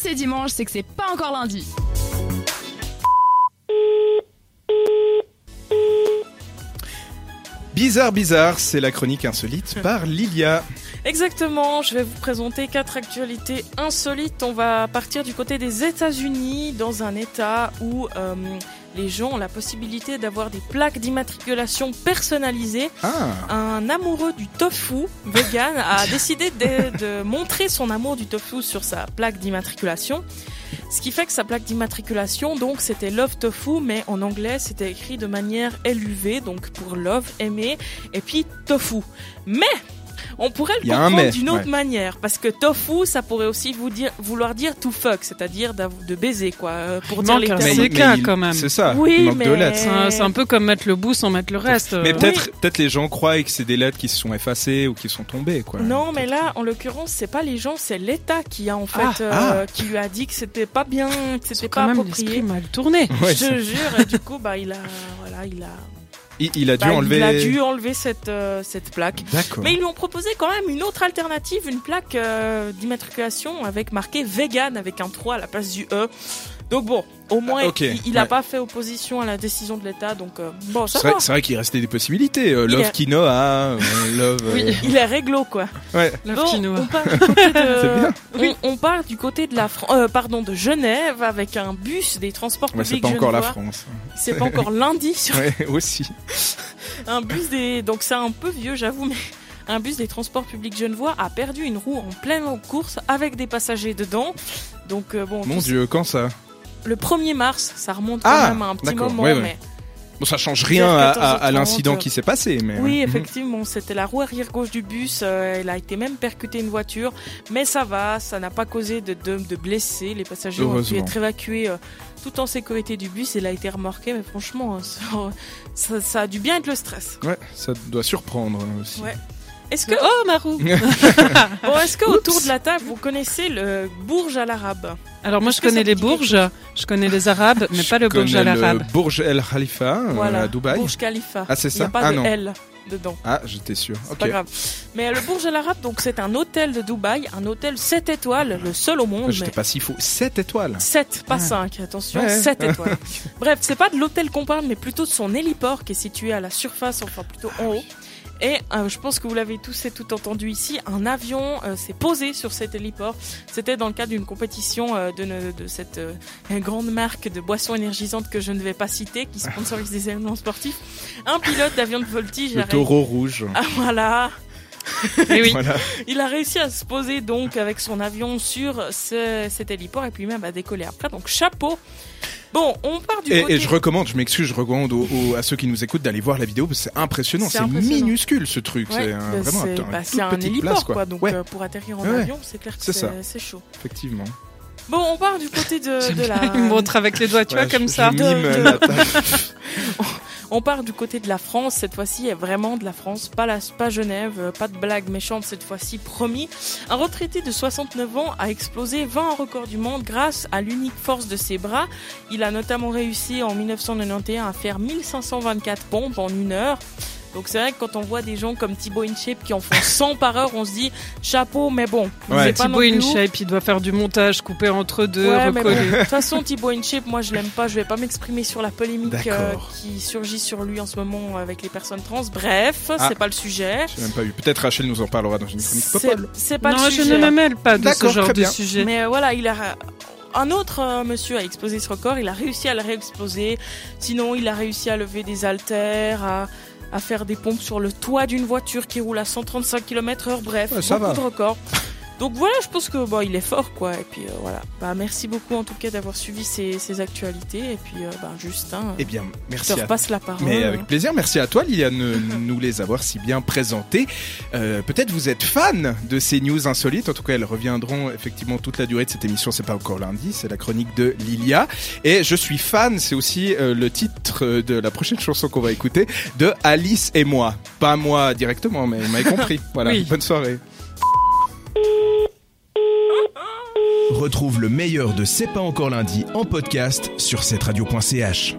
c'est dimanche, c'est que c'est pas encore lundi. Bizarre, bizarre, c'est la chronique insolite par Lilia. Exactement, je vais vous présenter quatre actualités insolites. On va partir du côté des États-Unis, dans un état où euh, les gens ont la possibilité d'avoir des plaques d'immatriculation personnalisées. Ah, Un amoureux du tofu vegan a décidé de, de montrer son amour du tofu sur sa plaque d'immatriculation. Ce qui fait que sa plaque d'immatriculation, donc, c'était Love Tofu, mais en anglais, c'était écrit de manière LUV, donc pour Love, aimer, et puis Tofu. Mais on pourrait le Il y a un comprendre mais, d'une autre ouais. manière, parce que tofu, ça pourrait aussi vous dire, vouloir dire to fuck, c'est-à-dire d'av- de baiser, quoi, euh, pour Il dire manque les un termes. C'est il- cas, il- quand même. C'est ça, Oui, il manque mais- deux lettres. C'est un, c'est un peu comme mettre le bout sans mettre le reste. Mais euh. peut-être peut-être les gens croient que c'est des lettres qui se sont effacées ou qui sont tombées. Quoi. Non, mais là, en l'occurrence, c'est pas les gens, c'est l'État qui a en fait, Ah, euh, qui lui a dit que c'était pas bien, que C'est c'était pas quand même approprié. l'esprit mal tourné. Ouais, je c'est- te jure, et du coup, bah, il a, voilà, il a, il, il a dû bah, il enlever. a dû enlever cette, euh, cette plaque. D'accord. Mais ils lui ont proposé quand même une autre alternative, une plaque euh, d'immatriculation avec marqué vegan avec un 3 à la place du E. Donc bon, au moins Ah, ok, il n'a ouais. pas fait opposition à la décision de l'État, donc euh, bon ça C'est vrai, va. c'est vrai qu'il restait des possibilités. euh, love est- quinoa, euh, love. euh, Oui. Il est réglo quoi. ouais, La Bon, quinoa. on part du côté de- C'est bien. Oui, on part du côté de la Fran- euh, pardon de Genève avec un bus des transports Ouais, publics. c'est pas encore la genevois. France. C'est pas encore lundi sur Ouais, aussi. un bus des donc c'est un peu vieux j'avoue mais un bus des transports publics genevois a perdu une roue en pleine course avec des passagers dedans. Donc euh, bon Mon tout dieu, quand ça le 1er mars, ça remonte quand Ah, même à un petit d'accord, moment. ouais, ouais. mais- Bon, ça change rien à, à- à 14h30, l'incident euh. qui s'est passé, mais. euh, Oui, effectivement, c'était la roue arrière gauche du bus. euh, elle a été même percutée une voiture, mais ça va, ça n'a pas causé de, de, de blessés. Les passagers ont pu Heureusement. être évacués euh, tout en sécurité du bus. Elle a été remorquée, mais franchement, euh, ça, ça a dû bien être le stress. Ouais, ça doit surprendre euh, aussi. Ouais. Est-ce que, Que- Oh, ma Mm. roue bon, est-ce que autour de la table, vous connaissez le Bourge à l'arabe Alors moi Est-ce je que ça connais te les dit quelque bourges, je connais les arabes, mais pas le Comme bourge à l'arabe. Le Burj El Khalifa euh, à Dubaï. Bourge Khalifa. Ah, c'est Il n'y a ça pas Ah, de non. L dedans. Ah, j'étais sûr. C'est Ok. pas grave. Mais euh, le Burj Al Arab, donc c'est un hôtel de Doubaï, un hôtel 7 étoiles, le seul au monde. Ah, J'étais mais pas si faux. 7 étoiles. 7, pas Ouais. 5, attention, Ouais. 7 étoiles. Bref, c'est pas de l'hôtel qu'on parle, mais plutôt de son héliport qui est situé à la surface, enfin plutôt en haut. Et euh, je pense que vous l'avez tous et tout entendu ici, un avion euh, s'est posé sur cet héliport. C'était dans le cadre d'une compétition euh, de, ne- de cette euh, grande marque de boissons énergisantes que je ne vais pas citer, qui sponsorise des événements sportifs. Un pilote d'avion de voltige. a Le ré- taureau rouge. Ah voilà, Eh oui. Voilà. il a réussi à se poser donc avec son avion sur ce- cet héliport et puis même à décoller après. Donc chapeau. Bon, on part du Et, côté. et je recommande, je m'excuse, je recommande aux- aux- à ceux qui nous écoutent d'aller voir la vidéo parce que c'est impressionnant, C'est c'est impressionnant. minuscule ce truc. Ouais, c'est un- bah, vraiment c'est- un, bah, toute c'est un petite héliport place, quoi. Donc ouais, euh, pour atterrir en Ouais. avion, c'est clair que C'est ça. c'est c'est chaud. effectivement. Bon, on part du côté de, de la. Il me montre avec les doigts, tu Voilà, vois, comme je- ça. je De- mime de- la table. On part du côté de la France cette fois-ci, et vraiment de la France, pas, la, pas Genève, euh, pas de blague méchante cette fois-ci, promis. Un retraité de 69 ans a explosé 20 records du monde grâce à l'unique force de ses bras. Il a notamment réussi en 1991 à faire 1524 pompes en une heure. Donc c'est vrai que quand on voit des gens comme Thibaut InShape qui en font 100 par heure, on se dit chapeau, mais bon, Ouais. c'est pas non Thibaut plus ouf. InShape, il doit faire du montage, couper entre deux, Ouais, mais bon, recoller. De toute façon, Thibaut InShape, moi je l'aime pas, je vais pas m'exprimer sur la polémique euh, D'accord. qui surgit sur lui en ce moment avec les personnes trans. Bref, Ah. c'est pas le sujet. J'ai même pas eu. Peut-être Rachel nous en parlera dans une chronique C'est popole. c'est pas Non, le je sujet. ne me mêle pas de ce D'accord, genre très de bien. sujet. Mais euh, voilà, il a un autre euh, monsieur a explosé ce record, il a réussi à le réexploser. Sinon, il a réussi à lever des haltères, à, à faire des pompes sur le toit d'une voiture qui roule à 135 km/h. Bref, Ouais, ça beaucoup va. de records. Donc voilà, je pense que bon, il est fort quoi. Et puis euh, voilà. Bah merci beaucoup en tout cas d'avoir suivi ces, ces actualités. Et puis euh, bah, Justin, Eh bien, je merci te à repasse la parole. Mais avec plaisir, merci à toi Liliane de nous les avoir si bien présentées. Euh, Peut-être vous êtes fan de ces news insolites, en tout cas elles reviendront effectivement toute la durée de cette émission, c'est pas encore lundi, c'est la chronique de Lilia. Et je suis fan, c'est aussi euh, le titre euh, de la prochaine chanson qu'on va écouter, de Alice et moi. Pas moi directement, mais vous m'avez compris. Voilà, Oui. bonne soirée. Retrouve le meilleur de C'est pas encore lundi en podcast sur cette radio.ch.